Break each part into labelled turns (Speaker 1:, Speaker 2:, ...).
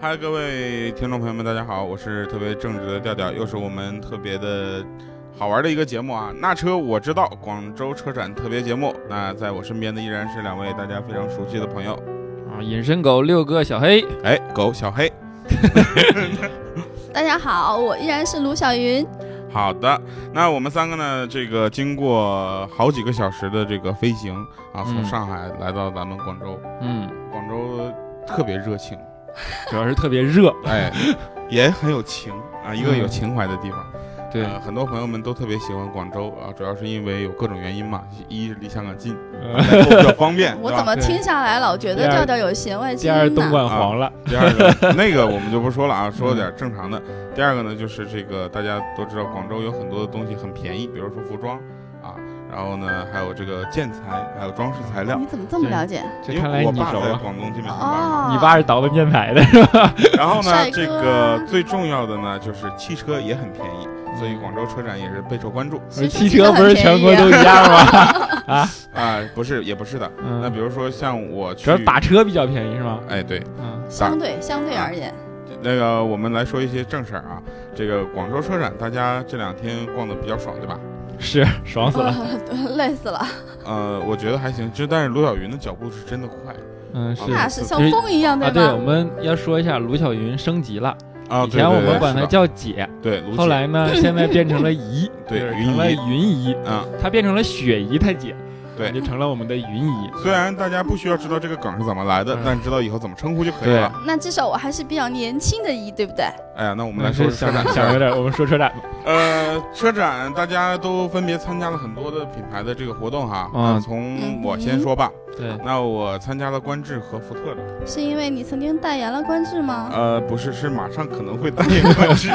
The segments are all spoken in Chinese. Speaker 1: 嗨，各位听众朋友们，大家好，我是特别正直的调调，又是我们特别的好玩的一个节目啊。那车我知道，广州车展特别节目。那在我身边的依然是两位大家非常熟悉的朋友，
Speaker 2: 啊，隐身狗六哥小黑，
Speaker 1: 哎，狗小黑。
Speaker 3: 大家好，我依然是卢小云。，
Speaker 1: 好的，那我们三个呢，这个经过好几个小时的这个飞行啊，从
Speaker 2: 嗯
Speaker 1: 上海来到咱们广州，
Speaker 2: 嗯，
Speaker 1: 广州特别热情，
Speaker 2: 主要是特别热，
Speaker 1: 哎，也很有情啊，一个有
Speaker 2: 嗯
Speaker 1: 情怀的地方。
Speaker 2: 对，
Speaker 1: 呃很多朋友们都特别喜欢广州啊，主要是因为有各种原因嘛，一是离香港 近，
Speaker 4: 呃
Speaker 1: 购比较方便
Speaker 3: 我
Speaker 1: 对吧
Speaker 3: 怎么
Speaker 4: 对
Speaker 3: 听下来老觉得
Speaker 4: 第二
Speaker 3: 调调有弦外
Speaker 4: 第
Speaker 3: 之
Speaker 4: 二，
Speaker 3: 音
Speaker 4: 东
Speaker 3: 呢？
Speaker 4: 莞黄了，
Speaker 1: 第二 个那个我们就不说了啊，
Speaker 4: 嗯
Speaker 1: 说点正常的。第二个呢，就是这个大家都知道，广州有很多的东西很便宜，比如说服装啊，然后呢还有这个建材，还有装饰材料
Speaker 3: 你。怎么这么了解？
Speaker 4: 这
Speaker 1: 因
Speaker 4: 看来
Speaker 1: 为我
Speaker 4: 你
Speaker 1: 爸
Speaker 4: 熟
Speaker 1: 在
Speaker 4: 啊。
Speaker 1: 广东这边上班嘛，
Speaker 3: 哦，
Speaker 4: 你爸是倒文件牌的，
Speaker 1: 然后呢，
Speaker 3: 帅哥
Speaker 1: 这个最重要的呢就是汽车也很便宜，所
Speaker 4: 嗯
Speaker 1: 以广州车展也 是备受关注
Speaker 3: 其实
Speaker 4: 汽
Speaker 3: 真
Speaker 4: 车
Speaker 3: 的
Speaker 4: 不
Speaker 3: 很
Speaker 4: 是
Speaker 3: 便
Speaker 4: 全国
Speaker 3: 宜啊
Speaker 4: 都一样吗？
Speaker 1: 啊，不是也不是的。那
Speaker 4: 嗯，
Speaker 1: 比如说像我去
Speaker 4: 主要，是打车比较便宜是吗？
Speaker 1: 哎对，
Speaker 4: 嗯，
Speaker 3: 相对相对而言，
Speaker 1: 那个，我们来说一些正事儿啊。这个广州车展，大家这两天逛的比较爽，对吧？
Speaker 4: 是爽啊死了。
Speaker 3: 呃 累死了，
Speaker 1: 呃，我觉得还行，就但是罗小云的脚步是真的快
Speaker 4: 嗯，是
Speaker 3: 那
Speaker 1: 啊
Speaker 3: 是像风一样，
Speaker 4: 啊，对，我
Speaker 3: 吗？
Speaker 4: 们要说一下卢晓云升级了，
Speaker 1: 啊。
Speaker 4: 以前我们管她
Speaker 1: 他
Speaker 4: 叫姐，
Speaker 1: 对，卢
Speaker 4: 后来 呢，现在变成了姨，
Speaker 1: 对
Speaker 4: 就是
Speaker 1: 云
Speaker 4: 成了
Speaker 1: 姨
Speaker 4: 云姨，
Speaker 1: 啊，
Speaker 4: 她变成了雪姨，她姐，
Speaker 1: 对
Speaker 4: 就成了我们的云姨。
Speaker 1: 虽然大家不需要知道这个梗是怎么来的
Speaker 4: 嗯，
Speaker 1: 但知道以后怎么称呼就可以了。
Speaker 3: 那至少我还是比较年轻的姨，对不对？
Speaker 1: 哎呀，那我
Speaker 4: 我
Speaker 1: 们来说说车
Speaker 4: 嗯想
Speaker 1: 展的事
Speaker 4: 想有
Speaker 1: 儿。
Speaker 4: 点，我们说车展吧。
Speaker 1: 呃，车展大家都分别参加了很多的品牌的这个活动哈。
Speaker 4: 嗯
Speaker 1: 那从我先说吧。
Speaker 4: 对，
Speaker 1: 那我参加了观致和福特的，
Speaker 3: 是因为你曾经代言了观致吗？
Speaker 4: 啊
Speaker 1: 呃，不是，是马上可能会答应观致。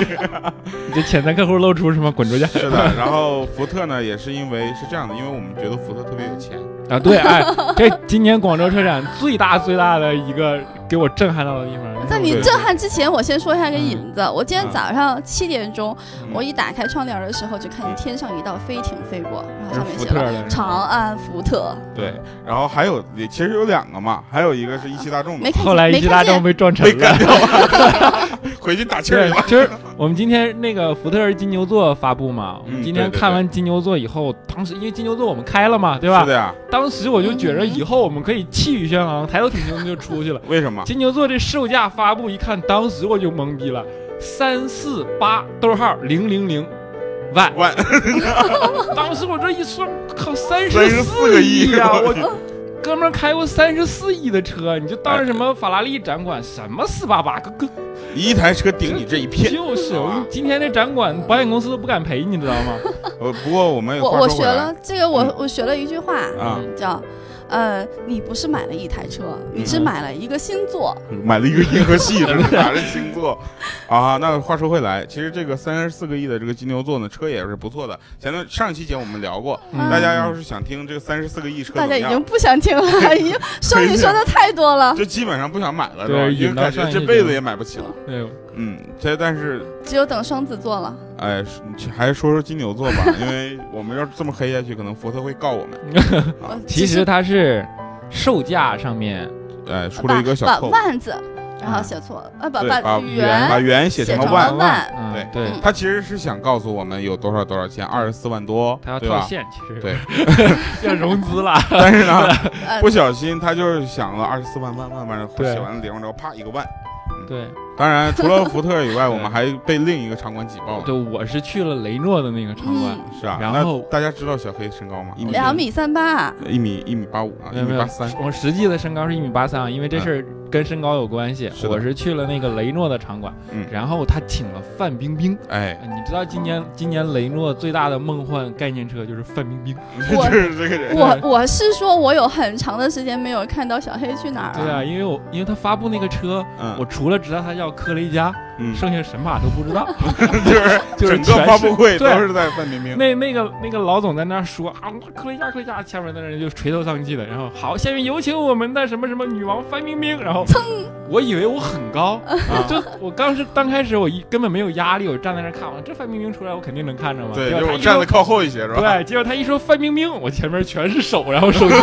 Speaker 4: 你这潜在客户露出是吗？滚出去！
Speaker 1: 是的，然后福特呢，也是因为是这样的，因为我们觉得福特特别有钱，
Speaker 4: 啊，对，哎，这今年广州车展最大最大的一个给我震撼到的地方，
Speaker 3: 在
Speaker 1: 对
Speaker 3: 你
Speaker 1: 对
Speaker 3: 震撼之前，我先说一下
Speaker 4: 嗯
Speaker 3: 个引子。我今天
Speaker 4: 啊
Speaker 3: 早上七点钟，
Speaker 1: 嗯
Speaker 3: 我一打开窗帘的时候，就看见天上一道飞艇飞过，然后
Speaker 4: 是哎
Speaker 3: 上面
Speaker 4: 福
Speaker 3: 写
Speaker 4: 特
Speaker 3: 了
Speaker 4: 的，
Speaker 3: 长安福特，
Speaker 1: 对。然后还有，也其实有两个嘛，还有一个是一汽大众的
Speaker 3: 没，看见
Speaker 4: 后来一
Speaker 3: 没
Speaker 4: 汽
Speaker 3: 看
Speaker 4: 大众
Speaker 3: 见。
Speaker 4: 被撞沉
Speaker 1: 被
Speaker 4: 了
Speaker 1: 干。掉了， 回去打气儿
Speaker 4: 对
Speaker 1: 去了。，
Speaker 4: 其实我们今天那个福特是金牛座发布嘛，我们
Speaker 1: 嗯
Speaker 4: 今天
Speaker 1: 对对
Speaker 4: 看完金牛座以后，当时因为金牛座我们开了嘛，对吧
Speaker 1: 是？的呀，
Speaker 4: 当时我就觉着
Speaker 3: 嗯嗯
Speaker 4: 以后我们可以气宇轩昂，抬头挺胸就出去了。
Speaker 1: 为什么？
Speaker 4: 金牛座这售价发布一看，当时我就懵逼了，三四八逗号零零零万，
Speaker 1: 万
Speaker 4: 当时我这一算，靠，三
Speaker 1: 34
Speaker 4: 四
Speaker 1: 个亿
Speaker 4: 亿呀、我哥们儿开过三十四亿的车，你就当什
Speaker 1: 哎
Speaker 4: 么法拉利展馆什么四八八，哥哥
Speaker 1: 一台车顶你这一片。
Speaker 4: 就是我跟你今天这展馆保险公司都不敢赔，你知道吗？
Speaker 1: 呃，不过我们有
Speaker 3: 我
Speaker 1: 话
Speaker 3: 我
Speaker 1: 说
Speaker 3: 学
Speaker 1: 回来
Speaker 3: 了，这个，我
Speaker 1: 嗯
Speaker 3: 我学了一句话，
Speaker 1: 啊，
Speaker 3: 叫，呃，你不是买了一台车，你是
Speaker 4: 嗯
Speaker 3: 买了一个星座。
Speaker 1: 买了一个银河系，这是哪儿的星座？ 啊，那话说回来，其实这个三十四个亿的这个金牛座呢，车也是不错的。前段上一期节目我们聊过，
Speaker 4: 嗯
Speaker 1: 大家要是想听这个三十四个亿车
Speaker 3: 大
Speaker 1: 怎么
Speaker 3: 家已
Speaker 1: 样
Speaker 3: 经，不想听了，已经说
Speaker 1: 对
Speaker 3: 你说的太多 了。
Speaker 1: 就基本上不想买了，是
Speaker 4: 对
Speaker 1: 吧？因为
Speaker 4: 引到
Speaker 1: 感觉
Speaker 4: 上一
Speaker 1: 这
Speaker 4: 期
Speaker 1: 辈
Speaker 4: 节
Speaker 1: 子
Speaker 4: 目
Speaker 1: 也买不起了。
Speaker 4: 哎呦，
Speaker 1: 嗯，这但是，
Speaker 3: 只有等双子座了，
Speaker 1: 哎，是你还是说说金牛座吧，因 为我们要是这么黑下去，可能福特会告我们。
Speaker 3: 我
Speaker 4: 其实它是售价上面
Speaker 1: 哎，
Speaker 3: 只是
Speaker 1: 出了一个小
Speaker 3: 把
Speaker 1: 错误，
Speaker 3: 万字，然后
Speaker 4: 啊
Speaker 3: 写错了，呃，把
Speaker 1: 对，把把
Speaker 3: 圆
Speaker 1: 圆写成
Speaker 3: 写
Speaker 1: 了
Speaker 3: 成
Speaker 1: 万。
Speaker 3: 了万
Speaker 4: 嗯
Speaker 1: 对
Speaker 4: 对，
Speaker 3: 嗯
Speaker 1: 他其实是想告诉我们有多少多少钱，二十四万多，
Speaker 4: 它要
Speaker 1: 对
Speaker 4: 套
Speaker 1: 吧？
Speaker 4: 现，其实
Speaker 1: 对，
Speaker 4: 要融资了，
Speaker 1: 但是 呢，
Speaker 3: 呃
Speaker 1: 不小心他就是想了二十四万万万万，
Speaker 4: 对
Speaker 1: 写完了零之后，啪一个万。
Speaker 4: 对。
Speaker 1: 当然，除了福特 以外，我们还被另一个场馆挤爆了。
Speaker 4: 就我是去了雷诺的那个场馆，
Speaker 3: 嗯
Speaker 1: 是啊，
Speaker 4: 然
Speaker 1: 那
Speaker 4: 后
Speaker 1: 大家知道小黑身高吗？一米
Speaker 3: 两米 三八，
Speaker 1: 一米一米八五啊，
Speaker 4: 没
Speaker 1: 一
Speaker 4: 有没
Speaker 1: 米
Speaker 4: 有
Speaker 1: 八三。嗯
Speaker 4: 我实际的身高是一米八三啊，因为这事儿跟身高有关系。
Speaker 1: 是的
Speaker 4: 我是去了那个雷诺的场馆，
Speaker 1: 嗯
Speaker 4: 然后他请了范冰冰。
Speaker 1: 哎，
Speaker 4: 呃你知道今年今年雷诺最大的梦幻概念车就是范冰冰。
Speaker 1: 啊
Speaker 3: 我
Speaker 1: 就是这个人。
Speaker 3: 我我是说，我有很长的时间没有看到小黑去哪儿
Speaker 4: 对
Speaker 3: 了。
Speaker 4: 啊，因为我因为他发布那个车，
Speaker 1: 嗯，
Speaker 4: 我除了知道它叫科雷嘉，
Speaker 1: 嗯，
Speaker 4: 剩下神马都不 知道。
Speaker 1: 就是
Speaker 4: 就是
Speaker 1: 整个
Speaker 4: 全
Speaker 1: 发
Speaker 4: 是
Speaker 1: 布会都
Speaker 4: 对
Speaker 1: 是在范冰冰。
Speaker 4: 那那个那个老总在那儿说啊，科雷嘉科雷嘉，下面的人就垂头丧气的。然后好，下面有请我们的什么什么女王范冰冰。然后
Speaker 5: 我以为我很高，
Speaker 1: 啊
Speaker 5: 就我当时刚开始我一根本没有压力，我站在那儿看，我说这范冰冰出来我肯定能看着嘛。
Speaker 1: 对，
Speaker 5: 结
Speaker 1: 就是
Speaker 5: 果
Speaker 1: 我
Speaker 5: 他一
Speaker 1: 站
Speaker 5: 说
Speaker 1: 的靠后一些是吧？
Speaker 5: 对，结果他一说范冰冰，我前面全是手，然后手机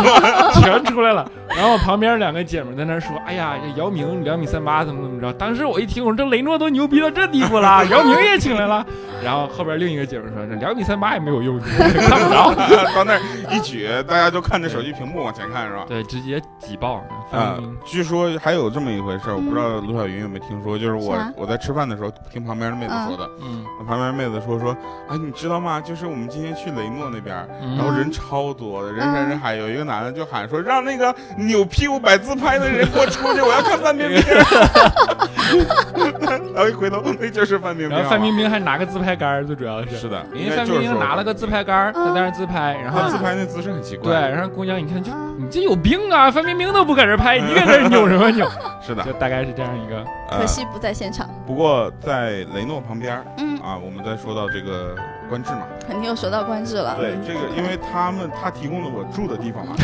Speaker 5: 全出来了， 然后旁边两个姐们在那儿说：“哎呀，这姚明两米三八，怎么怎么着？”当时我一听，我说这雷诺都牛逼到这地步 了，姚明也请来了。然后后边另一个姐们说：“这两米三八也没有用， 你看不 着。
Speaker 1: 到那儿一举，大家就看着手机屏幕往前看是吧？
Speaker 4: 对，直接挤爆
Speaker 5: 范
Speaker 1: 啊
Speaker 5: 冰冰，
Speaker 1: 据说还有这么一回事儿，我不知道
Speaker 3: 嗯
Speaker 1: 卢晓云有没有听说，就是我
Speaker 3: 啥
Speaker 1: 我在吃饭的时候听旁边的妹子说的，
Speaker 4: 嗯，
Speaker 1: 我旁边妹子说说，哎，你知道吗？就是我们今天去雷诺那边儿，
Speaker 4: 嗯
Speaker 1: 然后人超多的，人山
Speaker 3: 嗯
Speaker 1: 人海，有一个男的就喊说，让那个扭屁股摆自拍的人给我出去，我要看范冰 冰。然后一回头，那就是范冰冰
Speaker 5: 然
Speaker 1: 啊。
Speaker 5: 后范冰冰还拿个自拍杆儿，最主要是
Speaker 1: 是的，
Speaker 5: 人
Speaker 1: 应
Speaker 5: 家
Speaker 1: 该
Speaker 5: 范
Speaker 1: 就
Speaker 5: 冰
Speaker 1: 是
Speaker 5: 冰拿了个自拍杆儿，她在那儿自拍，然后
Speaker 3: 嗯
Speaker 1: 他自拍那姿势很奇
Speaker 5: 对，
Speaker 1: 怪。
Speaker 5: 然后姑娘一看就
Speaker 3: 啊
Speaker 5: 你这有病啊，范冰冰都不搁这儿拍，你搁这儿扭什么 扭？
Speaker 1: 对，是的
Speaker 5: 就。大概是这样一 个，
Speaker 1: 呃
Speaker 3: 可惜不在现场。
Speaker 1: 不过在雷诺旁边儿
Speaker 3: 嗯，
Speaker 1: 啊，我们再说到这个官至嘛，
Speaker 3: 肯定又说到关智了。
Speaker 1: 对这个，因为他们他提供了我住的地 方嘛，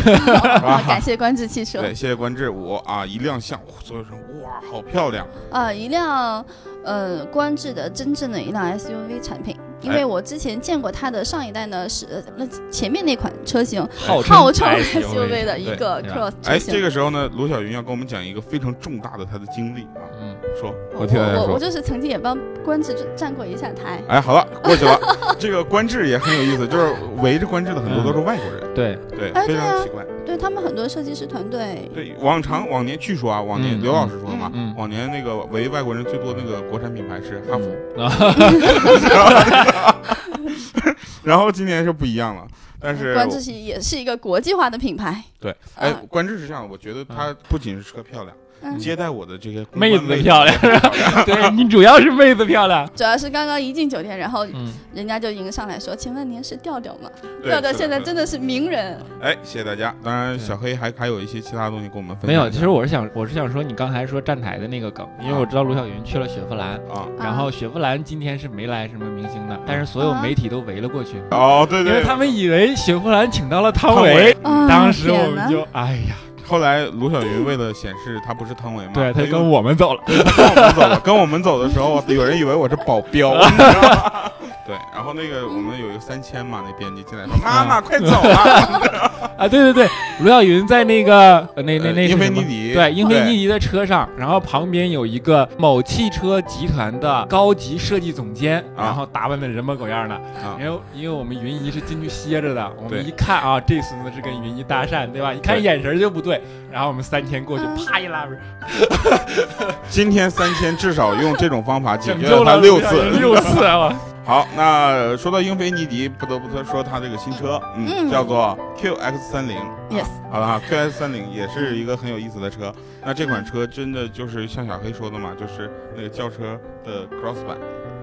Speaker 3: 啊，
Speaker 1: 啊
Speaker 3: 感，谢观致汽车。
Speaker 1: 对，谢谢官至，我啊一亮相，哇所有人哇好漂亮，
Speaker 3: 啊，一辆呃观致的真正的一辆 SUV 产品，因
Speaker 1: 哎
Speaker 3: 为我之前见过它的上一代呢是呃那前面那款车型
Speaker 4: 号
Speaker 3: 号称
Speaker 4: SUV
Speaker 3: SUV 的一个
Speaker 4: 对啊
Speaker 3: Cross 车
Speaker 1: 哎，
Speaker 3: 型。
Speaker 1: 这个时候呢，卢晓云要跟我们讲一个非常重大的她的经历啊，
Speaker 4: 嗯，
Speaker 1: 说，
Speaker 3: 我
Speaker 1: 听大家
Speaker 3: 我
Speaker 1: 说
Speaker 3: 我就是曾经也帮观致站过一下台。
Speaker 1: 哎，好了，过去了。 这个官至也很有意思，就是围着官至的很多都是外国人，
Speaker 4: 对，
Speaker 1: 对，
Speaker 3: 哎
Speaker 1: 非
Speaker 3: 对
Speaker 1: 常
Speaker 3: 啊
Speaker 1: 奇怪。
Speaker 3: 对他们很多设计师团队，
Speaker 1: 对，往常往年据说啊，往年
Speaker 4: 嗯
Speaker 1: 刘老师说的嘛
Speaker 4: 嗯，嗯
Speaker 1: 往年那个围外国人最多那个国产品牌是汉服，
Speaker 4: 啊，
Speaker 1: 然后今年是不一样了。但是，
Speaker 3: 观致是也是一个国际化的品牌。
Speaker 1: 对，哎
Speaker 3: 嗯啊，
Speaker 1: 官至是这样的，我觉得她不仅是车漂亮，
Speaker 3: 嗯，
Speaker 1: 接待我的这些公关
Speaker 5: 妹子漂亮， 对你主要是妹子漂亮。
Speaker 3: 主要是刚刚一进酒店，然后
Speaker 4: 嗯，
Speaker 3: 人家就迎上来说：“请问您是调调吗？”
Speaker 1: 对
Speaker 3: 调调
Speaker 1: 是嗯
Speaker 3: 现在
Speaker 1: 是
Speaker 3: 真的是名人。
Speaker 1: 哎，谢谢大家。当然，
Speaker 4: 对
Speaker 1: 小黑还还有一些其他东西跟我们分享一
Speaker 4: 没
Speaker 1: 下。
Speaker 4: 有，其实我是想，我是想说你刚才说站台的那个梗，因为我知道卢晓云去了雪佛兰。
Speaker 1: 啊，
Speaker 4: 然后雪佛兰今天是没来什么明星的，但是所有
Speaker 3: 啊
Speaker 4: 媒体都围了过去，
Speaker 1: 哦，对
Speaker 5: 因
Speaker 1: 对，
Speaker 5: 为
Speaker 1: 对
Speaker 5: 他们以为雪佛兰请到了汤
Speaker 1: 汤唯
Speaker 5: 唯，
Speaker 3: 啊
Speaker 5: 当时我
Speaker 3: 天
Speaker 5: 们
Speaker 3: 哪
Speaker 5: 就哎呀，
Speaker 1: 后来卢晓云为了显示她不是汤唯嘛，
Speaker 5: 对他
Speaker 1: 又
Speaker 5: 跟我们走了，
Speaker 1: 跟我们走了，跟我们走的时候，有人以为我是保 镖，你知道吗？对，然后那个我们有一个三千嘛，那编辑进来
Speaker 5: 嗯
Speaker 1: 说：“妈妈，快走啊
Speaker 5: 啊，对对对，卢晓云在那个呃那！”那那
Speaker 1: 英
Speaker 5: 是
Speaker 1: 菲
Speaker 5: 什
Speaker 1: 尼
Speaker 5: 么
Speaker 1: 迪，
Speaker 5: 对，英菲尼迪的车上，然后旁边有一个某汽车集团的高级设计总监，
Speaker 1: 啊
Speaker 5: 然后打扮的人模狗样的。
Speaker 1: 啊
Speaker 5: 因为因为我们云姨是进去歇着的，我
Speaker 1: 对
Speaker 5: 们一看啊，这孙子是跟云姨搭讪，对吧？一看
Speaker 1: 对
Speaker 5: 眼神就不对，然后我们三千过去，
Speaker 3: 啊
Speaker 5: 啪一拉门，
Speaker 1: 今天三千至少用这种方法解
Speaker 5: 拯
Speaker 1: 决
Speaker 5: 救
Speaker 1: 他
Speaker 5: 了
Speaker 1: 六
Speaker 5: 卢晓云
Speaker 1: 次。
Speaker 5: 六次啊！
Speaker 1: 好，那说到英菲尼迪，不得不说他这个新车，嗯，
Speaker 3: 嗯
Speaker 1: 叫做 QX 三零。
Speaker 3: Yes
Speaker 1: 好了哈，QX 三零也是一个很有意思的车。那这款车真的就是像小黑说的嘛，就是那个轿车的 cross 版。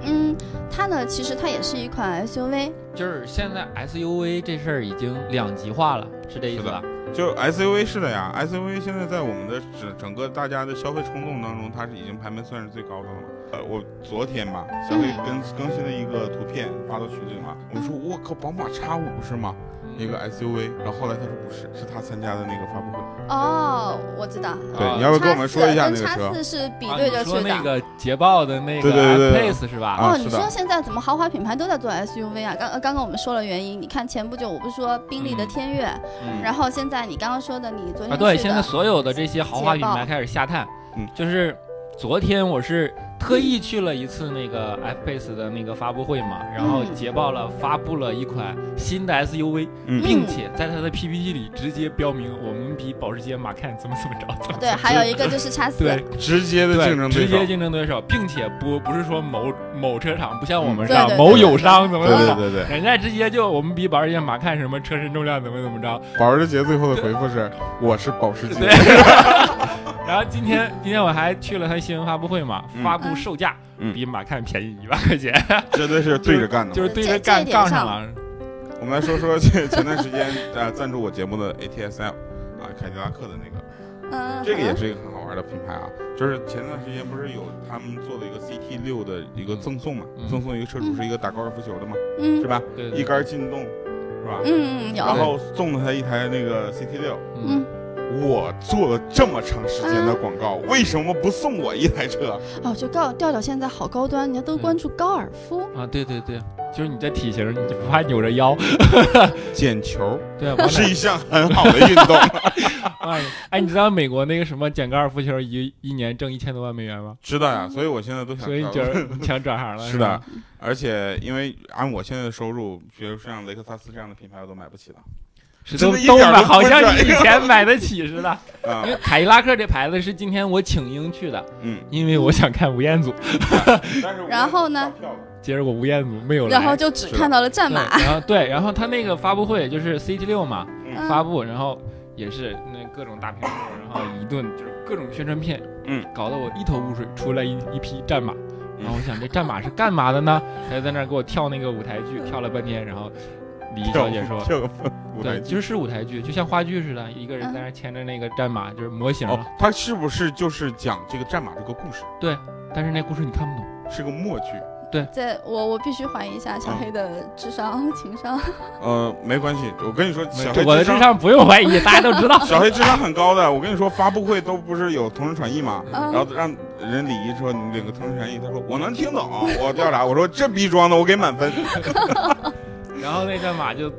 Speaker 3: 嗯，它呢，其实它也是一款 SUV，
Speaker 4: 就是现在 SUV 这事儿已经两极化了，是这意思吧？
Speaker 1: 就 SUV 是的呀，SUV 现在在我们的整整个大家的消费冲动当中，它是已经排名算是最高的了嘛。呃，我昨天吧，小黑
Speaker 3: 嗯
Speaker 1: 更更新了一个图片发到群里嘛，我说我靠，宝马 X 五是吗？
Speaker 4: 嗯
Speaker 1: 一个 SUV，然后后来他说不是，是他参加的那个发布会。呃
Speaker 3: 哦，我知道。
Speaker 1: 对，
Speaker 4: 啊
Speaker 1: 你要不跟我们说一下那个
Speaker 3: 叉
Speaker 1: 车？
Speaker 3: 四是比
Speaker 4: 啊你
Speaker 3: 对着
Speaker 4: 说
Speaker 3: 去的。
Speaker 4: 那个捷豹的那个
Speaker 1: 对对对对
Speaker 4: S Pace 是吧？
Speaker 1: 啊
Speaker 3: 哦，
Speaker 1: 是
Speaker 3: 你
Speaker 1: 的
Speaker 3: 说现在怎么豪华品牌都在做 SUV 啊？刚呃刚刚我们说了原因，你看前不久我不是说宾利的
Speaker 4: 嗯
Speaker 3: 天越，
Speaker 1: 嗯
Speaker 3: 然后现在你刚刚说的你昨天去嗯的，
Speaker 4: 啊，对，现在所有的这些豪华品
Speaker 3: 捷
Speaker 4: 牌
Speaker 3: 豹
Speaker 4: 开始下探，
Speaker 1: 嗯
Speaker 4: 就是昨天我是特意去了一次那个 F Pace 的那个发布会嘛，然后
Speaker 3: 嗯
Speaker 4: 捷豹了发布了一款新的 SUV，、
Speaker 1: 嗯
Speaker 4: 并且在它的 PPT 里直接标明我们比保时捷马 can 怎么怎么着，怎么
Speaker 3: 对，还有一个就是叉四，
Speaker 4: 对
Speaker 1: 直接的竞争对
Speaker 4: 直
Speaker 1: 手
Speaker 4: 接。竞争对手，并且不不是说某某车厂不像我们
Speaker 3: 嗯
Speaker 4: 是吧
Speaker 3: 对对对
Speaker 4: 某友商怎么
Speaker 1: 对
Speaker 4: 怎么
Speaker 1: 对
Speaker 4: 着。
Speaker 1: 对对，
Speaker 4: 人家直接就我们比保时捷马 can 什么车身重量怎么怎么着，
Speaker 1: 保时捷最后的回复 是：我是保时 捷
Speaker 4: 对。然后今天今天我还去了他新闻发布会嘛，
Speaker 1: 嗯
Speaker 4: 发布售价
Speaker 1: 嗯
Speaker 4: 比马看便宜一万块钱，
Speaker 1: 真的是对着干的。
Speaker 4: 就是对着
Speaker 3: 这这
Speaker 4: 干
Speaker 3: 一点
Speaker 4: 杠
Speaker 3: 上
Speaker 4: 了。
Speaker 1: 我们来说说前前段时间呃赞助我节目的 ATSL 啊，凯迪拉克的那个，
Speaker 3: 嗯，
Speaker 1: 这个也是一个很好玩的品牌啊。就是前段时间不是有他们做了一个 CT 六的一个赠送嘛，
Speaker 4: 嗯
Speaker 1: 赠送一个车主是一个打高尔夫球的嘛，
Speaker 3: 嗯
Speaker 1: 是吧？
Speaker 4: 对，
Speaker 1: 一杆进洞是吧？
Speaker 3: 嗯有
Speaker 1: 然后送了他一台那个 CT 六，
Speaker 3: 嗯
Speaker 4: 嗯，
Speaker 1: 我做了这么长时间的广告，为什么不送我一台 车？
Speaker 3: 哦，就高调调现在好高端，人家
Speaker 1: 嗯
Speaker 3: 都关注高尔夫。
Speaker 6: 啊，对对对，
Speaker 4: 就是你这体型，你就不怕扭着腰？
Speaker 1: 捡球
Speaker 4: 对啊，往
Speaker 1: 是
Speaker 4: 哪
Speaker 1: 一项很好的运动，
Speaker 4: 哎哎，你知道美国那个什么捡高尔夫球一一年挣一千多万美元 吗？
Speaker 1: 知道呀，所以我现在都想
Speaker 4: 所以你
Speaker 1: 知
Speaker 4: 觉
Speaker 1: 道。
Speaker 4: 得你想转行了？
Speaker 1: 是的，，
Speaker 4: 吧
Speaker 1: 而且因为按我现在的收入，比如像雷克萨斯这样的品牌，我都买不起了。
Speaker 4: 是
Speaker 1: 真
Speaker 4: 都
Speaker 1: 的一
Speaker 4: 都
Speaker 1: 点儿
Speaker 4: 买，
Speaker 1: 都不
Speaker 4: 好像
Speaker 1: 转
Speaker 4: 你以前买得起 似的。
Speaker 1: 啊
Speaker 6: 因，为凯迪拉克这牌子是今天我请缨去的，
Speaker 1: 嗯，
Speaker 4: 因为我想看吴彦祖，
Speaker 1: 但是我
Speaker 3: 然后呢
Speaker 1: 买 票了？
Speaker 4: 结果吴彦祖没有来。
Speaker 3: 然后就只
Speaker 1: 是的
Speaker 3: 看到了战
Speaker 4: 对
Speaker 3: 马，
Speaker 4: 然后对，然后他那个发布会就是 CT 六嘛
Speaker 1: 嗯
Speaker 4: 发布，然后也是那各种大屏幕，然后一顿就是各种宣传片，
Speaker 1: 嗯，
Speaker 4: 搞得我一头雾水。出来一一匹战马，然后我想这战马是干嘛的呢？他就在那儿给我跳那个舞台剧，跳了半天，然后礼仪小姐说。
Speaker 1: 跳个舞台
Speaker 4: 对，
Speaker 1: 剧。
Speaker 4: 就是舞台剧，就像话剧似的，一个人在那儿牵着那个战马，就是模型了。
Speaker 1: 哦，他是不是就是讲这个战马这个故事，
Speaker 4: 但是那故事你看不懂。
Speaker 1: 是个默剧？
Speaker 3: 这我我必须怀疑一下小
Speaker 1: 嗯
Speaker 3: 黑的智商、情商。
Speaker 1: 呃，没关系，我跟你说，小黑
Speaker 4: 我的
Speaker 1: 智
Speaker 4: 智
Speaker 1: 商，
Speaker 4: 商不用怀疑，大家都知道。
Speaker 1: 小黑智商很高的。我跟你说，发布会都不是有同声传译吗？
Speaker 4: 嗯
Speaker 1: 然后让人李仪说你这个同声传译，他说我能听懂，我调查，我说这逼装的，我给满分。
Speaker 4: 然后那战马就，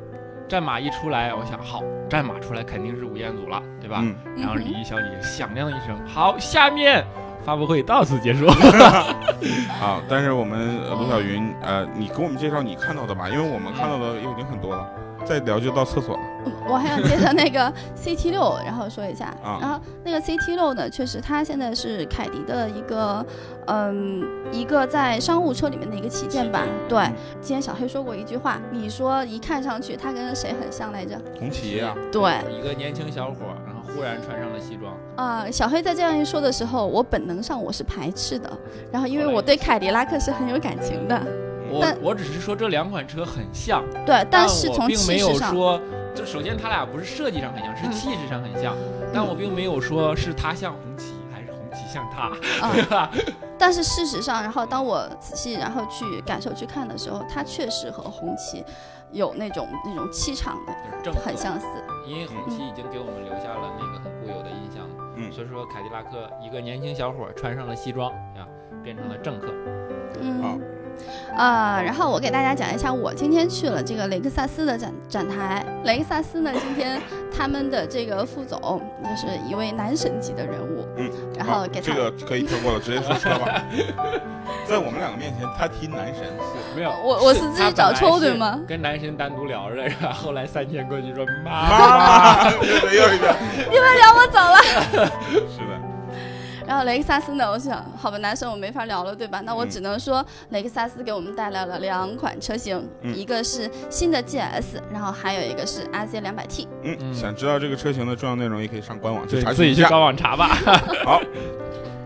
Speaker 4: 战马一出来，我想好，战马出来肯定是吴彦祖了，对吧？
Speaker 1: 嗯，
Speaker 3: 嗯
Speaker 4: 然后
Speaker 3: 哼
Speaker 4: 李毅小姐响亮一声，好，下面发布会到此结束。
Speaker 1: 啊，但是我们呃卢晓云，呃，你给我们介绍你看到的吧，因为我们看到的已经很多了，再聊就到厕所了。
Speaker 3: 哦我还想介绍那个 CT 六，然后说一下。
Speaker 1: 啊
Speaker 3: 然后那个 CT 六呢，确实它现在是凯迪的一个，嗯，一个在商务车里面的一个旗舰版。对，
Speaker 4: 嗯
Speaker 3: 今天小黑说过一句话，你说一看上去它跟谁很像来着？
Speaker 1: 红旗 啊，
Speaker 3: 对，
Speaker 4: 一个年轻小伙，然后忽然穿上了西装，
Speaker 3: 啊、小黑在这样一说的时候，我本能上我是排斥的，然后因
Speaker 4: 嗯
Speaker 3: 为
Speaker 4: 后来嗯
Speaker 3: 我
Speaker 4: 你
Speaker 3: 对凯迪拉克是很有感情的，
Speaker 4: 我
Speaker 3: 但
Speaker 4: 我只是说这两款车很像，
Speaker 3: 对，但是
Speaker 4: 我
Speaker 3: 从
Speaker 4: 并
Speaker 3: 气
Speaker 4: 没
Speaker 3: 势
Speaker 4: 有
Speaker 3: 上，
Speaker 4: 说，就首先他俩不是设计上很像，是
Speaker 3: 嗯
Speaker 4: 气势上很像，但我并没有说是他像红旗还是红旗像他，
Speaker 3: 啊、
Speaker 4: 对吧？
Speaker 3: 但是事实上，然后当我仔细然后去感受去看的时候，它确实和红旗有那种那种气场的
Speaker 4: 就是正
Speaker 3: 很
Speaker 4: 合
Speaker 3: 相似。
Speaker 4: 因为红旗已经给我们留下了那个很固有的印象了，
Speaker 1: 嗯
Speaker 4: 所以说凯迪拉克一个年轻小伙穿上了西装啊，变成了政客，
Speaker 1: 好
Speaker 3: 嗯，啊、然后我给大家讲一下，我今天去了这个雷克萨斯的展展台。雷克萨斯呢，今天他们的这个副总就是一位男神级的人物，
Speaker 1: 嗯，
Speaker 3: 然后
Speaker 1: 好
Speaker 3: 给他、
Speaker 1: 这 个可以跳过了，直接说车吧。在我们两个面前，他踢男神，
Speaker 4: 没有，
Speaker 3: 哦我我是自己找抽对吗？
Speaker 4: 跟男神单独聊着，然后后来三天过去说妈，
Speaker 1: 妈，又是啊又一个，
Speaker 3: 我走了。
Speaker 1: 是的，
Speaker 3: 然后雷克萨斯呢，我想，好吧，男神我没法聊了，对吧？那我
Speaker 1: 嗯
Speaker 3: 只能说，雷克萨斯给我们带来了两款车型，
Speaker 1: 嗯
Speaker 3: 一个是新的 GS，然后还有一个是 RZ 两百 T。
Speaker 1: 嗯，
Speaker 4: 嗯
Speaker 1: 想知道这个车型的重要内容，也可以上官网去
Speaker 4: 对
Speaker 1: 查
Speaker 4: 自
Speaker 1: 询
Speaker 4: 己
Speaker 1: 一
Speaker 4: 去
Speaker 1: 下。
Speaker 4: 官网查吧。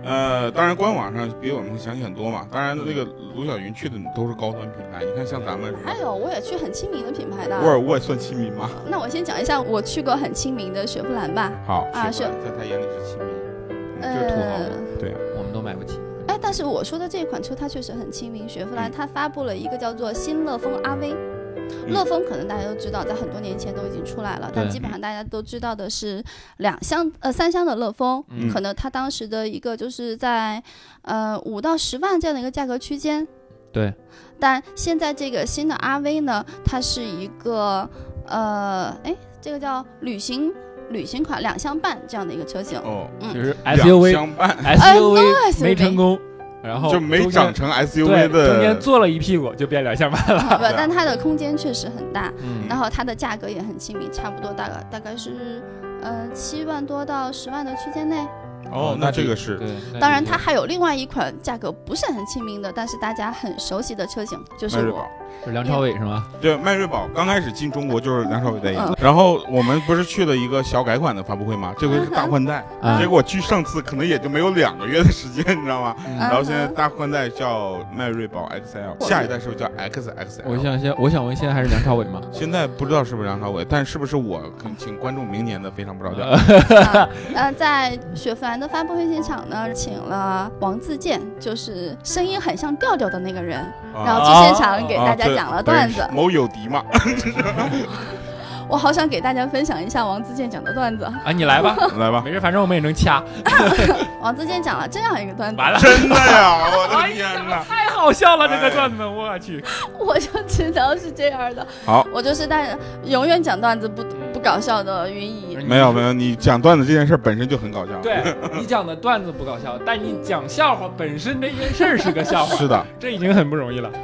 Speaker 1: 呃，当然官网上比我们会详细很多嘛。当然，那个卢晓云去的都是高端品牌，你看像咱们什么
Speaker 3: 还有，哎我也去很亲民的品牌的啊。
Speaker 1: 沃尔沃也算亲民吗？
Speaker 3: 那我先讲一下我去过很亲民的雪佛兰吧。
Speaker 1: 好，
Speaker 3: 啊
Speaker 1: 是的在他眼里是亲民，嗯就是土豪
Speaker 3: 呃
Speaker 1: 嘛。，对，
Speaker 4: 我们都买不起，
Speaker 3: 哎，但是我说的这款车它确实很亲民。雪佛兰
Speaker 1: 嗯
Speaker 3: 它发布了一个叫做新乐风 RV，、乐风可能大家都知道，在很多年前都已经出来了，但
Speaker 4: 对
Speaker 3: 基本上大家都知道的是两厢呃三厢的乐风，
Speaker 1: 嗯
Speaker 3: 可能它当时的一个就是在呃五到十万这样的一个价格区间。
Speaker 4: 对。
Speaker 3: 但现在这个新的 RV 呢，它是一个呃哎这个叫旅行旅行款两厢半这样的一个车型。
Speaker 1: 哦，
Speaker 3: 嗯
Speaker 4: 就是
Speaker 1: 两
Speaker 4: SUV
Speaker 1: 厢半
Speaker 3: Oh,
Speaker 4: SUV 没
Speaker 3: SUV
Speaker 4: 成功，然后
Speaker 1: 就没
Speaker 4: 中
Speaker 1: 长
Speaker 4: 间
Speaker 1: 成
Speaker 4: 对
Speaker 1: SUV
Speaker 4: 中间
Speaker 1: 的，
Speaker 4: 坐了一屁股就变两厢半了。
Speaker 3: 不，
Speaker 1: 啊
Speaker 3: 但它的空间确实很大，
Speaker 4: 嗯
Speaker 3: 然后它的价格也很亲民，差不多大概大概是，呃，七万多到十万的区间内。
Speaker 1: 哦，那这个是
Speaker 4: 对，
Speaker 3: 当然，它还有另外一款价格不是很亲民的，但是大家很熟悉的车型，就是
Speaker 1: 迈锐
Speaker 3: 我
Speaker 1: 宝。
Speaker 4: 是梁朝伟是吗？
Speaker 1: 对，迈锐宝刚开始进中国就是梁朝伟代
Speaker 3: 嗯
Speaker 1: 言的，然后我们不是去了一个小改款的发布会吗？这回是大换代，
Speaker 4: 嗯
Speaker 1: 结果距上次可能也就没有两个月的时间，你知道吗？
Speaker 3: 嗯
Speaker 1: 然后现在大换代叫迈锐宝 XL，下一代是不是叫 XXL？
Speaker 4: 我想先，我想问，现在还是梁朝伟吗？
Speaker 1: 现在不知道是不是梁朝伟，但是不是我，可请关注明年的非常不着调。
Speaker 3: 啊 呃，在雪佛兰的发布会现场呢，请了王自健，就是声音很像调调的那个
Speaker 4: 啊
Speaker 3: 人，然后去现场给
Speaker 1: 啊
Speaker 3: 大家
Speaker 1: 这
Speaker 3: 讲了
Speaker 1: 不认
Speaker 3: 段
Speaker 1: 识
Speaker 3: 子。
Speaker 1: 某友迪嘛，
Speaker 3: 我好想给大家分享一下王自健讲的段子。
Speaker 4: 啊，你来吧，
Speaker 1: 来吧，
Speaker 4: 没事，反正我们也能掐。
Speaker 3: 王自健讲了这样一个段子，
Speaker 4: 完了，
Speaker 1: 真的哎呀，我的天哪！
Speaker 5: 太好笑了，这
Speaker 1: 哎
Speaker 5: 个段子，我去，
Speaker 3: 我就知道是这样的。
Speaker 1: 好，
Speaker 3: 我就是大家永远讲段子不不搞笑的云
Speaker 4: 嗯
Speaker 3: 姨。
Speaker 1: 没有没有，你讲段子这件事本身就很搞笑，
Speaker 5: 对你讲的段子不搞笑，但你讲笑话本身这件事儿是个笑话，
Speaker 1: 是的。
Speaker 5: 这已经很不容易了。
Speaker 4: 嗯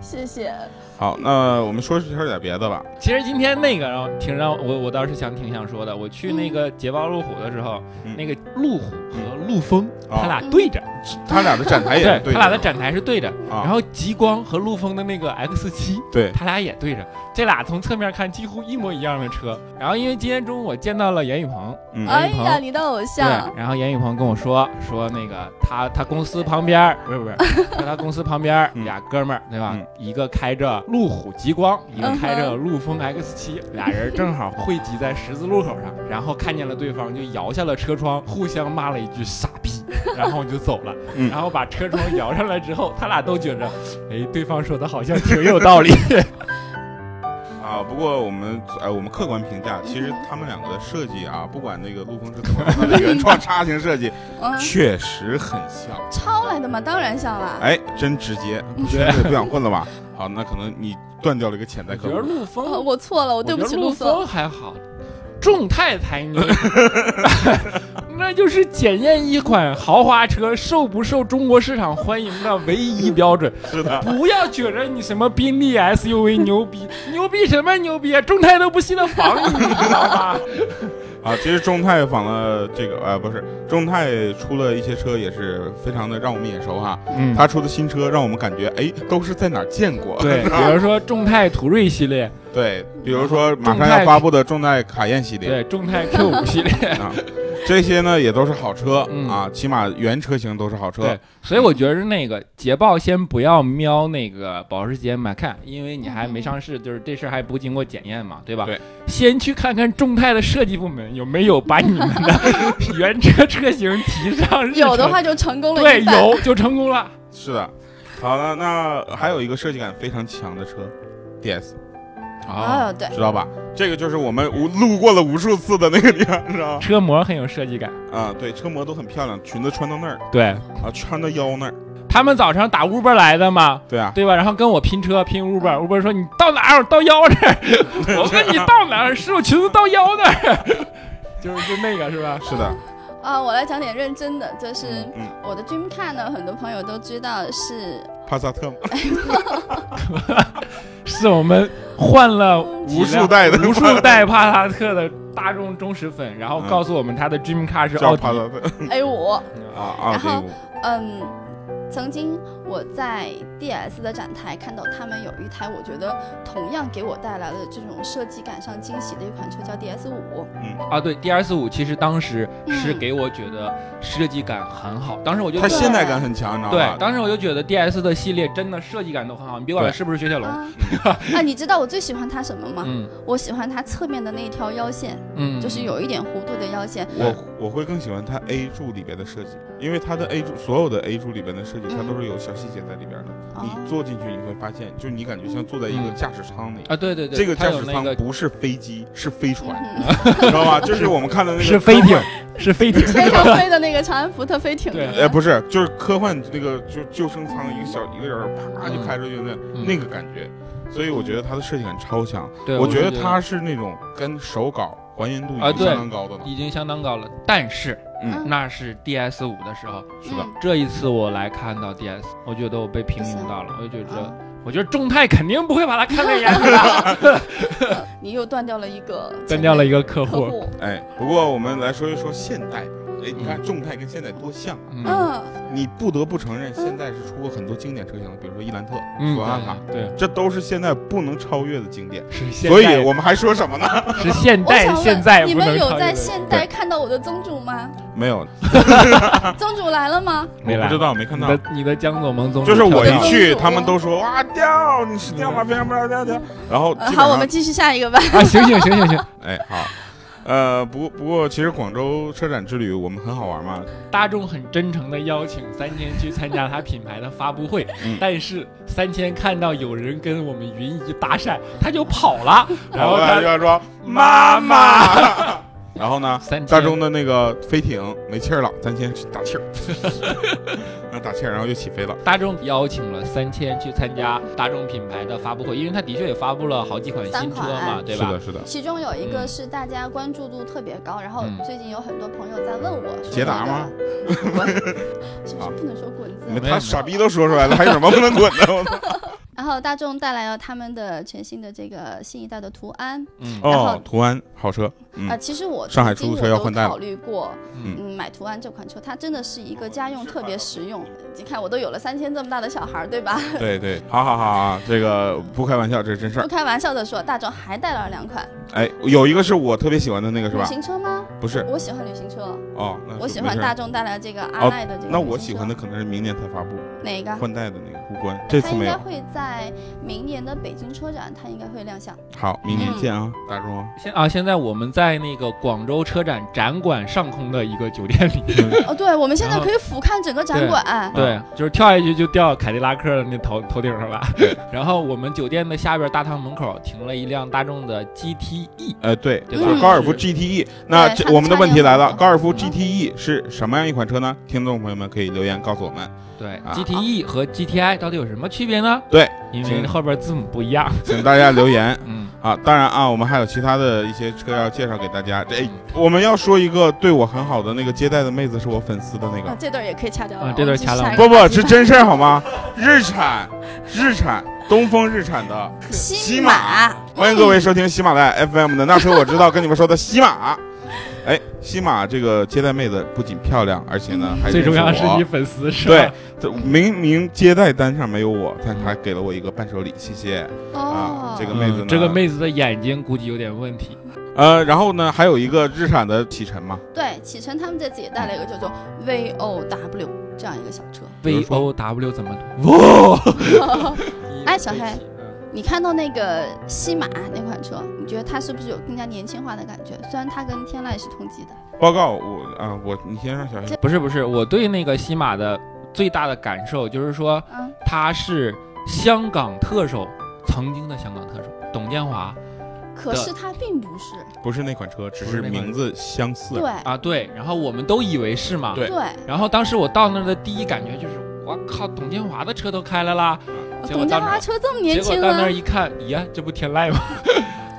Speaker 3: 谢谢。
Speaker 1: 好，那我们说说点别的吧。
Speaker 4: 其实今天那个然后挺让我我倒是想挺想说的，我去那个捷豹路虎的时候，
Speaker 1: 嗯
Speaker 4: 那个路虎和陆风、
Speaker 1: 啊
Speaker 4: 他俩对着，
Speaker 1: 他俩的展台也 是
Speaker 4: 他俩
Speaker 1: 着
Speaker 4: 的展台是对着，
Speaker 1: 啊
Speaker 4: 然后极光和陆风的那个 X 七，
Speaker 1: 对
Speaker 4: 他俩也对着，这俩从侧面看几乎一模一样的车。然后因为今天中午我见到了严雨鹏，
Speaker 1: 嗯
Speaker 3: 哎
Speaker 4: 鹏
Speaker 3: 呀，你的偶
Speaker 4: 对
Speaker 3: 像，，
Speaker 4: 然后严雨鹏跟我说说那个他他公司旁边儿不是不是， 说他公司旁边儿
Speaker 1: 嗯
Speaker 4: 俩哥们儿对吧
Speaker 1: 嗯？
Speaker 4: 一个开着路虎极光，一个
Speaker 3: 嗯哼
Speaker 4: 开着陆风 X 七，俩人正好汇集在十字路口 上，然后看见了对方就摇下了车窗，互相骂了一句傻 逼，然后我就走了
Speaker 1: 嗯，
Speaker 4: 然后把车窗摇上来之后，他俩都觉 着，哎，对方说的好像挺有道理。
Speaker 1: 啊，不过我们呃，我们客观评价，其实他们两个的设计啊，不管那个陆风是怎么样的原创插型设计，
Speaker 3: 嗯，
Speaker 1: 确实很像。
Speaker 3: 抄来的嘛，当然像啦。
Speaker 1: 哎，真直接，
Speaker 3: 嗯
Speaker 1: 真是不想混了吧？ 好，那可能你断掉了一个潜在
Speaker 4: 我
Speaker 1: 客
Speaker 4: 觉得
Speaker 1: 户。
Speaker 4: 陆
Speaker 3: 呃
Speaker 4: 风
Speaker 3: 我错了，我对不
Speaker 4: 觉
Speaker 3: 起
Speaker 4: 得陆
Speaker 3: 总。
Speaker 4: 风还好，众泰才女， 那就是检验一款豪华车受不受中国市场欢迎的唯一标准。
Speaker 1: 是的，
Speaker 4: 不要觉着你什么宾利 SUV 牛逼， 牛逼什么牛逼啊？众泰都不惜的防你，你知道吗？
Speaker 1: 啊，其实中泰仿了这个，呃，不是，中泰出了一些车也是非常的让我们眼熟哈。
Speaker 4: 嗯
Speaker 1: 他出的新车让我们感觉，哎，都是在哪儿见过？ 啊
Speaker 4: 对，比如说众泰途锐系列，
Speaker 1: 对，比如说马上要发布的众泰卡宴系列，
Speaker 4: 对，众泰 Q 五系列，
Speaker 1: 啊，这些呢也都是好车、
Speaker 4: 嗯
Speaker 1: 啊，起码原车型都是好车
Speaker 4: 对。，所以我觉得那个捷豹先不要瞄那个保时捷 Macan，因为你还没上市，就是这事儿还不经过检验嘛，对吧？
Speaker 1: 对，
Speaker 4: 先去看看众泰的设计部门有没有把你们的 原车车型提上日程
Speaker 3: 有的，话就成功了
Speaker 4: 对，
Speaker 3: 一半。
Speaker 4: 有就成功了。
Speaker 1: 是的，好了，那还有一个设计感非常强的车，DS，
Speaker 3: 啊，对，
Speaker 1: 知道吧？这个就是我们无路过了无数次的那个地方，知道吧？
Speaker 4: 车模很有设计感，
Speaker 1: 啊，对，车模都很漂亮，裙子穿到那儿
Speaker 4: 对
Speaker 1: 啊，穿到腰那儿，
Speaker 4: 他们早上打 Uber 来的嘛，
Speaker 1: 对啊，
Speaker 4: 对吧？然后跟我拼车拼 Uber，Uber 说你到哪儿？我到腰这儿。我 问你到哪儿？师傅裙子到腰那儿， 就是就那个是吧？
Speaker 1: 是的，
Speaker 3: 啊，我来讲点认真的，就是
Speaker 1: 嗯嗯，
Speaker 3: 我的 dream car 呢，很多朋友都知道是
Speaker 1: 帕萨特嘛
Speaker 4: 是我们换了
Speaker 1: 无数代的
Speaker 4: 无数代帕萨特的大众忠实粉，然后告诉我们他的 dream car 是
Speaker 1: 嗯叫
Speaker 4: 奥迪
Speaker 1: 帕萨特
Speaker 3: A 五，
Speaker 1: 啊
Speaker 4: 啊，
Speaker 1: 啊，
Speaker 3: 然后
Speaker 1: 这个
Speaker 3: 嗯。曾经我在 DS 的展台看到他们有一台，我觉得同样给我带来了这种设计感上惊喜的一款车，叫 DS 五。
Speaker 4: 啊对，D R 四五其实当时
Speaker 3: 嗯
Speaker 4: 是给我觉得设计感很好，当时我就
Speaker 1: 它
Speaker 3: 对
Speaker 1: 现代啊感很强，你知道
Speaker 4: 对，
Speaker 1: 吧？
Speaker 4: 当时我就觉得 D
Speaker 3: 嗯
Speaker 4: S 的系列真的设计感都很好，你别管
Speaker 1: 对
Speaker 4: 是不是雪铁龙，
Speaker 3: 啊， 啊，你知道我最喜欢它什么吗？
Speaker 4: 嗯
Speaker 3: 我喜欢它侧面的那一条腰线，
Speaker 4: 嗯，
Speaker 3: 就是有一点弧度的腰线。
Speaker 4: 哎
Speaker 1: 我我会更喜欢它 A 柱里边的设计，因为它
Speaker 4: 嗯
Speaker 1: 的 A 柱所有的 A 柱里边的设计，它都是有小细节在里边的。
Speaker 3: 哦
Speaker 1: 你坐进去你会发现，就你感觉像坐在一个
Speaker 4: 嗯
Speaker 1: 驾驶舱里。
Speaker 4: 啊对对对，
Speaker 1: 这个
Speaker 4: 它
Speaker 1: 驾
Speaker 4: 有
Speaker 1: 驶
Speaker 4: 那
Speaker 1: 舱
Speaker 4: 个
Speaker 1: 不是飞机，是飞船，
Speaker 3: 嗯
Speaker 1: 你知道 吧？就是我们看的那个
Speaker 4: 是飞艇，是飞艇，
Speaker 3: 飞着飞的那个长安福特飞艇。
Speaker 4: 对
Speaker 1: 呃，不是，就是科幻那个就救生舱，一个小一个人儿啪
Speaker 4: 嗯
Speaker 1: 就开出去那、
Speaker 4: 嗯
Speaker 1: 那个感觉，所以我觉得它的设计感超强。
Speaker 4: 对，
Speaker 1: 我
Speaker 4: 觉
Speaker 1: 觉得它是那种跟手稿还原度
Speaker 4: 啊
Speaker 1: 已经
Speaker 4: 对
Speaker 1: 相当高的了。
Speaker 4: 已经相当高了，但是
Speaker 1: 嗯
Speaker 4: 那是 D S 五的时候，
Speaker 1: 是
Speaker 3: 嗯
Speaker 1: 的，
Speaker 4: 这一次我来看到 DS，我觉得我被平庸到了，我就觉
Speaker 3: 啊
Speaker 4: 得，我觉得众泰肯定不会把它看在眼 里的，
Speaker 3: 你又断掉了一个，
Speaker 4: 断掉了一个客
Speaker 3: 客
Speaker 4: 户。
Speaker 3: 户。
Speaker 1: 哎，不过我们来说一说现代吧。哎，你看众泰跟现代多像啊！
Speaker 4: 嗯
Speaker 3: 嗯，
Speaker 1: 你不得不承认，现代是出过很多经典车型的，比如说伊兰特、
Speaker 4: 嗯，
Speaker 1: 索纳塔，
Speaker 4: 对，对
Speaker 1: 这都是现在不能超越的经典。
Speaker 4: 是现代，
Speaker 1: 啊所以我们还说什么呢？
Speaker 4: 是现
Speaker 3: 我
Speaker 4: 代
Speaker 3: 想
Speaker 4: 现在
Speaker 3: 问你
Speaker 4: 不
Speaker 3: 们
Speaker 4: 能
Speaker 3: 有
Speaker 4: 超越
Speaker 3: 在
Speaker 4: 的。
Speaker 3: 现代看到我的宗主吗？
Speaker 1: 没有，
Speaker 3: 宗主来了吗？
Speaker 4: 没
Speaker 1: 我
Speaker 4: 来
Speaker 1: 不知道，没看
Speaker 4: 你
Speaker 1: 到。
Speaker 4: 的你的江左萌宗
Speaker 1: 就是我
Speaker 4: 跳
Speaker 1: 一
Speaker 4: 票
Speaker 1: 去，他们都说哇掉，你是掉吗？非常不要掉掉。然后
Speaker 3: 呃
Speaker 1: 基本
Speaker 3: 好，我
Speaker 1: 上
Speaker 3: 们继续下一个吧。
Speaker 4: 啊，醒醒醒醒醒，
Speaker 1: 哎好，呃，不过不过，其实广州车展之旅我们很好玩嘛，
Speaker 4: 大众很真诚的邀请三千去参加他品牌的发布会，
Speaker 1: 嗯
Speaker 4: 但是三千看到有人跟我们云姨搭讪，他就跑 了，然后
Speaker 1: 他
Speaker 4: 他
Speaker 1: 就要说
Speaker 4: 妈
Speaker 1: 妈，然后呢，
Speaker 4: 三千
Speaker 1: 大中的那个飞艇没气儿了，咱先去打气儿，那打气儿，然后就起飞了。
Speaker 4: 大众邀请了三千去参加大众品牌的发布会，因为他的确也发布了好几款新车嘛，
Speaker 3: 三款
Speaker 4: 对
Speaker 1: 是
Speaker 4: 吧
Speaker 1: 的，？是的，
Speaker 3: 其中有一个
Speaker 4: 嗯
Speaker 3: 是大家关注度特别高，然后
Speaker 4: 嗯
Speaker 3: 最近有很多朋友在问我，说
Speaker 1: 捷达吗啊
Speaker 3: 那个？嗯 滚，是不是不能说滚字
Speaker 1: 你们
Speaker 4: 没
Speaker 1: 他
Speaker 4: 有
Speaker 1: 傻逼都说出来了，还有什么不能滚的？我操
Speaker 3: 然后大众带来了他们的全新的这个新一代的途安，
Speaker 4: 嗯，
Speaker 3: 然后
Speaker 1: 哦，途安好车，嗯
Speaker 3: 啊，其实我
Speaker 1: 上海
Speaker 3: 曾经
Speaker 1: 出租车要
Speaker 3: 我都
Speaker 1: 换代了
Speaker 3: 考虑过，
Speaker 4: 嗯
Speaker 3: 嗯，买途安这款车，它真的是一个家用特别实
Speaker 4: 哦
Speaker 3: 用。你看我都有了三千这么大的小孩儿，对吧？
Speaker 1: 对对，好好好啊，这个不开玩笑，这是真事
Speaker 3: 不
Speaker 1: 儿。
Speaker 3: 开玩笑的说，大众还带来了两款
Speaker 1: 哎，有一个是我特别喜欢的那个是
Speaker 3: 旅
Speaker 1: 吧？
Speaker 3: 行车吗？
Speaker 1: 不是
Speaker 3: 我喜欢旅行车，
Speaker 1: 哦，那
Speaker 3: 我
Speaker 1: 是
Speaker 3: 喜
Speaker 1: 没
Speaker 3: 欢
Speaker 1: 事儿
Speaker 3: 大。众带来这个
Speaker 1: 哦
Speaker 3: 阿赖的这个旅行车。啊
Speaker 1: 那我喜欢的可能是明年才发布
Speaker 3: 哪一个？
Speaker 1: 换代的那个无关，这
Speaker 3: 它
Speaker 1: 次
Speaker 3: 应
Speaker 1: 没
Speaker 3: 该
Speaker 1: 有。
Speaker 3: 会在明年的北京车展，它应该会亮相。
Speaker 1: 好，明年见啊，大众 啊。
Speaker 4: 现啊，现在我们在那个广州车展展馆上空的一个酒店 里，
Speaker 3: 哦，对，我们现在
Speaker 4: 然后
Speaker 3: 可以俯瞰整个展
Speaker 1: 嗯
Speaker 4: 对
Speaker 3: 馆。
Speaker 4: 对，啊就是跳下去就掉凯迪拉克的那头头顶上 了。然后我们酒店的下边大堂门口停了一辆大众的 E GTE，
Speaker 1: 呃，对，
Speaker 4: 对
Speaker 1: 就
Speaker 3: 吧
Speaker 1: 是高尔夫 GTE。那
Speaker 3: 对
Speaker 1: 这
Speaker 3: 差
Speaker 1: 我们的
Speaker 3: 差
Speaker 1: 问题
Speaker 3: 点
Speaker 1: 来
Speaker 3: 很
Speaker 1: 了，
Speaker 3: 多
Speaker 1: 高尔夫
Speaker 3: 嗯
Speaker 1: GTE 是什么样一款车呢？听众朋友们可以留言告诉我们。
Speaker 4: 对、
Speaker 1: 啊
Speaker 4: GTE E 和 GTI 到底有什么区别呢？
Speaker 1: 对，
Speaker 4: 因为
Speaker 1: 请
Speaker 4: 后边字母不一样。
Speaker 1: 请大家留言
Speaker 4: 嗯，
Speaker 1: 啊！当然啊，我们还有其他的一些车要介绍给大家。这哎
Speaker 4: 嗯
Speaker 1: 我们要说一个对我很好的那个接待的妹子，是我粉丝的那
Speaker 3: 啊
Speaker 1: 个，，
Speaker 3: 这段儿也可以掐掉
Speaker 4: 啊
Speaker 3: 了。
Speaker 4: 这段儿掐了
Speaker 3: 我
Speaker 1: 不
Speaker 3: 们继续下一个
Speaker 1: 不
Speaker 3: 话，题
Speaker 1: 是
Speaker 3: 吧
Speaker 1: 真事儿好吗？日产，日产，东风日产的，西
Speaker 3: 西
Speaker 1: 马
Speaker 3: 马。
Speaker 1: 欢迎各位收听喜马拉雅 FM 的那车我知道，跟你们说的西马。 哎，西马这个接待妹子不仅漂亮，而且呢还
Speaker 4: 最重要的
Speaker 1: 认识
Speaker 4: 是
Speaker 1: 我
Speaker 4: 你粉丝是吧？
Speaker 1: 对，这明明接待单上没有我，但他给了我一个伴手礼，谢谢啊
Speaker 3: 哦，，
Speaker 1: 这个
Speaker 4: 嗯
Speaker 1: 妹子呢，
Speaker 4: 这个妹子的眼睛估计有点问题。
Speaker 1: 呃，然后呢，还有一个日产的启辰嘛，
Speaker 3: 对，启辰他们这次也带了一个叫做 V O W 这样一个小 车。
Speaker 1: 比如
Speaker 4: V
Speaker 1: 说
Speaker 4: O W 怎么读？哇！
Speaker 3: 哎小黑
Speaker 4: 嗯
Speaker 3: 你看到那个西马那款车，你觉得它是不是有更加年轻化的感觉？虽然它跟天籁是同级的，
Speaker 1: 报告我啊、我你先让小黑
Speaker 3: 这
Speaker 4: 不是不是，我对那个西马的最大的感受就是说，
Speaker 3: 嗯，
Speaker 4: 他是香港特首，曾经的香港特首董建华
Speaker 3: 嗯可是它并不是，
Speaker 1: 不是那款车，只
Speaker 4: 不是
Speaker 1: 是
Speaker 4: 那款
Speaker 1: 名字相似。
Speaker 3: 对
Speaker 4: 啊，对，然后我们都以为是嘛，
Speaker 1: 对
Speaker 3: 对，
Speaker 4: 然后当时我到那儿的第一感觉就是，我靠，董建华的车都开来啦，结果
Speaker 3: 董
Speaker 4: 到
Speaker 3: 家
Speaker 4: 那
Speaker 3: 华
Speaker 4: 儿，
Speaker 3: 车这么
Speaker 4: 结
Speaker 3: 年
Speaker 4: 果
Speaker 3: 轻
Speaker 4: 到那
Speaker 3: 啊
Speaker 4: 儿，一看，咦呀，这不天籁 吗？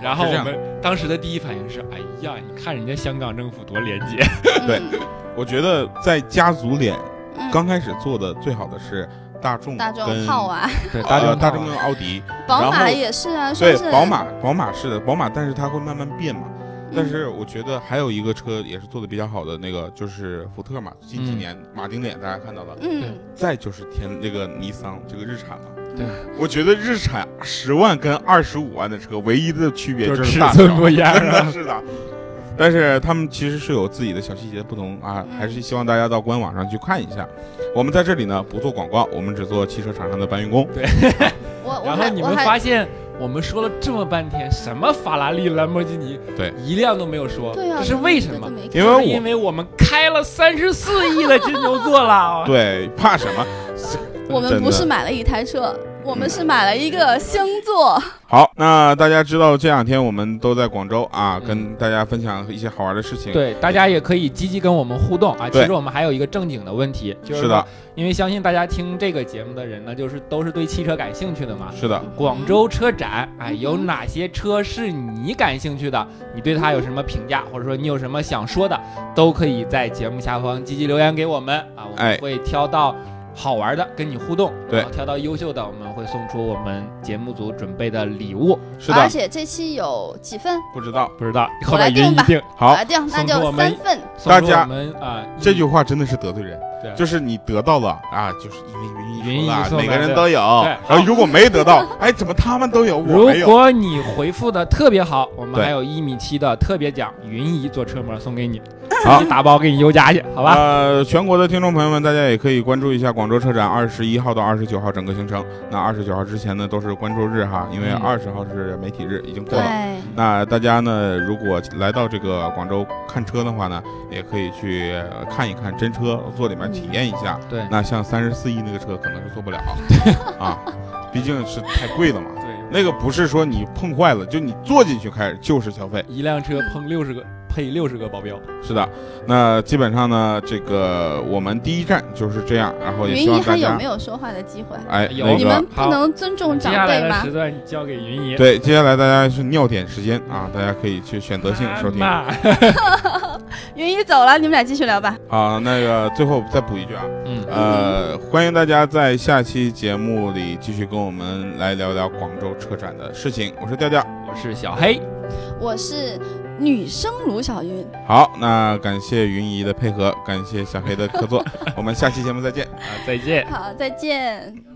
Speaker 4: 然后
Speaker 1: 是这
Speaker 4: 我
Speaker 1: 样
Speaker 4: 们当时的第一反应是，哎呀，你看人家香港政府多廉洁，
Speaker 1: 对
Speaker 3: 嗯
Speaker 1: 我觉得在家族脸
Speaker 3: 嗯
Speaker 1: 刚开始做的最好的是大众
Speaker 3: 大众啊
Speaker 1: 跟
Speaker 3: 套娃，
Speaker 4: 对，
Speaker 1: 大
Speaker 4: 众
Speaker 1: 啊大
Speaker 4: 众
Speaker 1: 众跟奥迪，
Speaker 3: 宝
Speaker 1: 然后
Speaker 3: 马也是啊，
Speaker 1: 对
Speaker 3: 说是
Speaker 1: 宝，马宝马是的，宝马，但是它会慢慢变嘛。
Speaker 3: 嗯
Speaker 1: 但是我觉得还有一个车也是做的比较好的，那个就是福特嘛，近几
Speaker 4: 嗯
Speaker 1: 年马丁脸大家看到了，
Speaker 3: 嗯，
Speaker 1: 再就是天那个尼桑这个日产了。
Speaker 4: 对，
Speaker 1: 我觉得日产十万跟二十五万的车唯一的区别
Speaker 4: 就是
Speaker 1: 是
Speaker 4: 尺
Speaker 1: 大
Speaker 4: 寸
Speaker 1: 小
Speaker 4: 不一样
Speaker 1: 真的
Speaker 4: 啊，
Speaker 1: 是的。但是他们其实是有自己的小细节的不同啊，
Speaker 3: 嗯
Speaker 1: 还是希望大家到官网上去看一下。我们在这里呢不做广告，我们只做汽车厂商的搬运工。
Speaker 3: 我我
Speaker 4: 然后
Speaker 3: 还
Speaker 4: 你
Speaker 3: 我
Speaker 4: 们
Speaker 3: 还
Speaker 4: 发现，我们说了这么半天，什么法拉利、兰博基尼，
Speaker 1: 对，
Speaker 4: 一辆都没有说，
Speaker 3: 对啊，
Speaker 4: 这是为什么？？
Speaker 1: 因为
Speaker 4: 就
Speaker 1: 我
Speaker 4: 是因为我们开了三十四亿的金牛座 了，哦
Speaker 1: 对，怕什么？
Speaker 3: 我们
Speaker 1: 真
Speaker 3: 不
Speaker 1: 的
Speaker 3: 是买了一台车，我们是买了一个星座。
Speaker 1: 好，那大家知道这两天我们都在广州啊，
Speaker 4: 嗯
Speaker 1: 跟大家分享一些好玩的事情。，
Speaker 4: 对，大家也可以积极跟我们互动啊。
Speaker 1: 对
Speaker 4: 其实我们还有一个正经的问题，就是
Speaker 1: 是的
Speaker 4: 说，，因为相信大家听这个节目的人呢，就是都是对汽车感兴趣的嘛。
Speaker 1: 是的。
Speaker 4: 广州车展，哎，
Speaker 3: 嗯
Speaker 4: 有哪些车是你感兴趣的？你对它有什么评价，或者说你有什么想说的，都可以在节目下方积极留言给我们啊，我
Speaker 1: 哎
Speaker 4: 们会挑到好玩的跟你互动，
Speaker 1: 对
Speaker 4: 然后挑到优秀的，我们会送出我们节目组准备的礼物。
Speaker 1: 是
Speaker 3: 而
Speaker 1: 的，
Speaker 3: 且这期有几份？
Speaker 1: 不知道。
Speaker 4: 不知道
Speaker 3: 我
Speaker 4: 后
Speaker 3: 来
Speaker 4: 面云
Speaker 3: 定
Speaker 4: 一
Speaker 3: 吧
Speaker 4: 定
Speaker 1: 好
Speaker 3: 啊，对，那
Speaker 4: 送出我
Speaker 3: 就
Speaker 4: 们
Speaker 3: 三份。
Speaker 4: 送
Speaker 1: 大
Speaker 4: 出
Speaker 1: 家
Speaker 4: 我们啊
Speaker 1: 这句话真的是得罪人，
Speaker 4: 对啊
Speaker 1: 就是你得到了啊，就是因为
Speaker 4: 云
Speaker 1: 云
Speaker 4: 一
Speaker 1: 一说了，
Speaker 4: 说
Speaker 1: 每个
Speaker 4: 的
Speaker 1: 人
Speaker 4: 对
Speaker 1: 都有。
Speaker 4: 对
Speaker 1: 然后如果没得到， 哎，怎么他们都有，我
Speaker 4: 如
Speaker 1: 没有？
Speaker 4: 果你回复的特别好，我们
Speaker 1: 对
Speaker 4: 还有一米七的特别奖云姨做车模送给你，
Speaker 1: 好
Speaker 4: 自己打包给你邮家去，好吧？
Speaker 1: 呃，全国的听众朋友们，大家也可以关注一下广州车展二十一号到二十九号整个行程。那二十九号之前呢，都是关注日哈，因为
Speaker 4: 嗯
Speaker 1: 二十号是媒体日，已经过了。
Speaker 3: 对，
Speaker 1: 那大家呢，如果来到这个广州看车的话呢，也可以去呃看一看真车，坐里
Speaker 4: 嗯
Speaker 1: 面体验一下。
Speaker 4: 对
Speaker 1: 那像三十四亿那个车可能是坐不了啊，毕竟是太贵了嘛。
Speaker 4: 对，
Speaker 1: 那个不是说你碰坏了，就你坐进去开始就是消费。
Speaker 4: 一辆车
Speaker 3: 嗯
Speaker 4: 碰六十个，配六十个保镖。
Speaker 1: 是的，那基本上呢，这个我们第一站就是这样，然后也希
Speaker 3: 云姨
Speaker 1: 望大
Speaker 3: 还有
Speaker 1: 家
Speaker 3: 没有说话的机会？
Speaker 1: 哎，
Speaker 4: 有
Speaker 1: 那
Speaker 3: 你
Speaker 1: 个
Speaker 3: 们不能尊重
Speaker 4: 接
Speaker 3: 长
Speaker 4: 下来
Speaker 3: 辈
Speaker 4: 的
Speaker 3: 吗
Speaker 4: 时？段交给云姨。
Speaker 1: 对，接下来大家是尿点时间啊，大家可以去选择性收听啊。
Speaker 4: 妈
Speaker 3: 云姨走了，你们俩继续聊吧。
Speaker 1: 啊那个最后再补一句啊，
Speaker 4: 嗯，
Speaker 1: 呃，欢迎大家在下期节目里继续跟我们来聊聊广州车展的事情。我是调调，
Speaker 4: 我是小黑，
Speaker 3: 我是女生卢小云，
Speaker 1: 好，那感谢云姨的配合，感谢小黑的客座，我们下期节目再见。
Speaker 4: 啊，再见。
Speaker 3: 好，再见。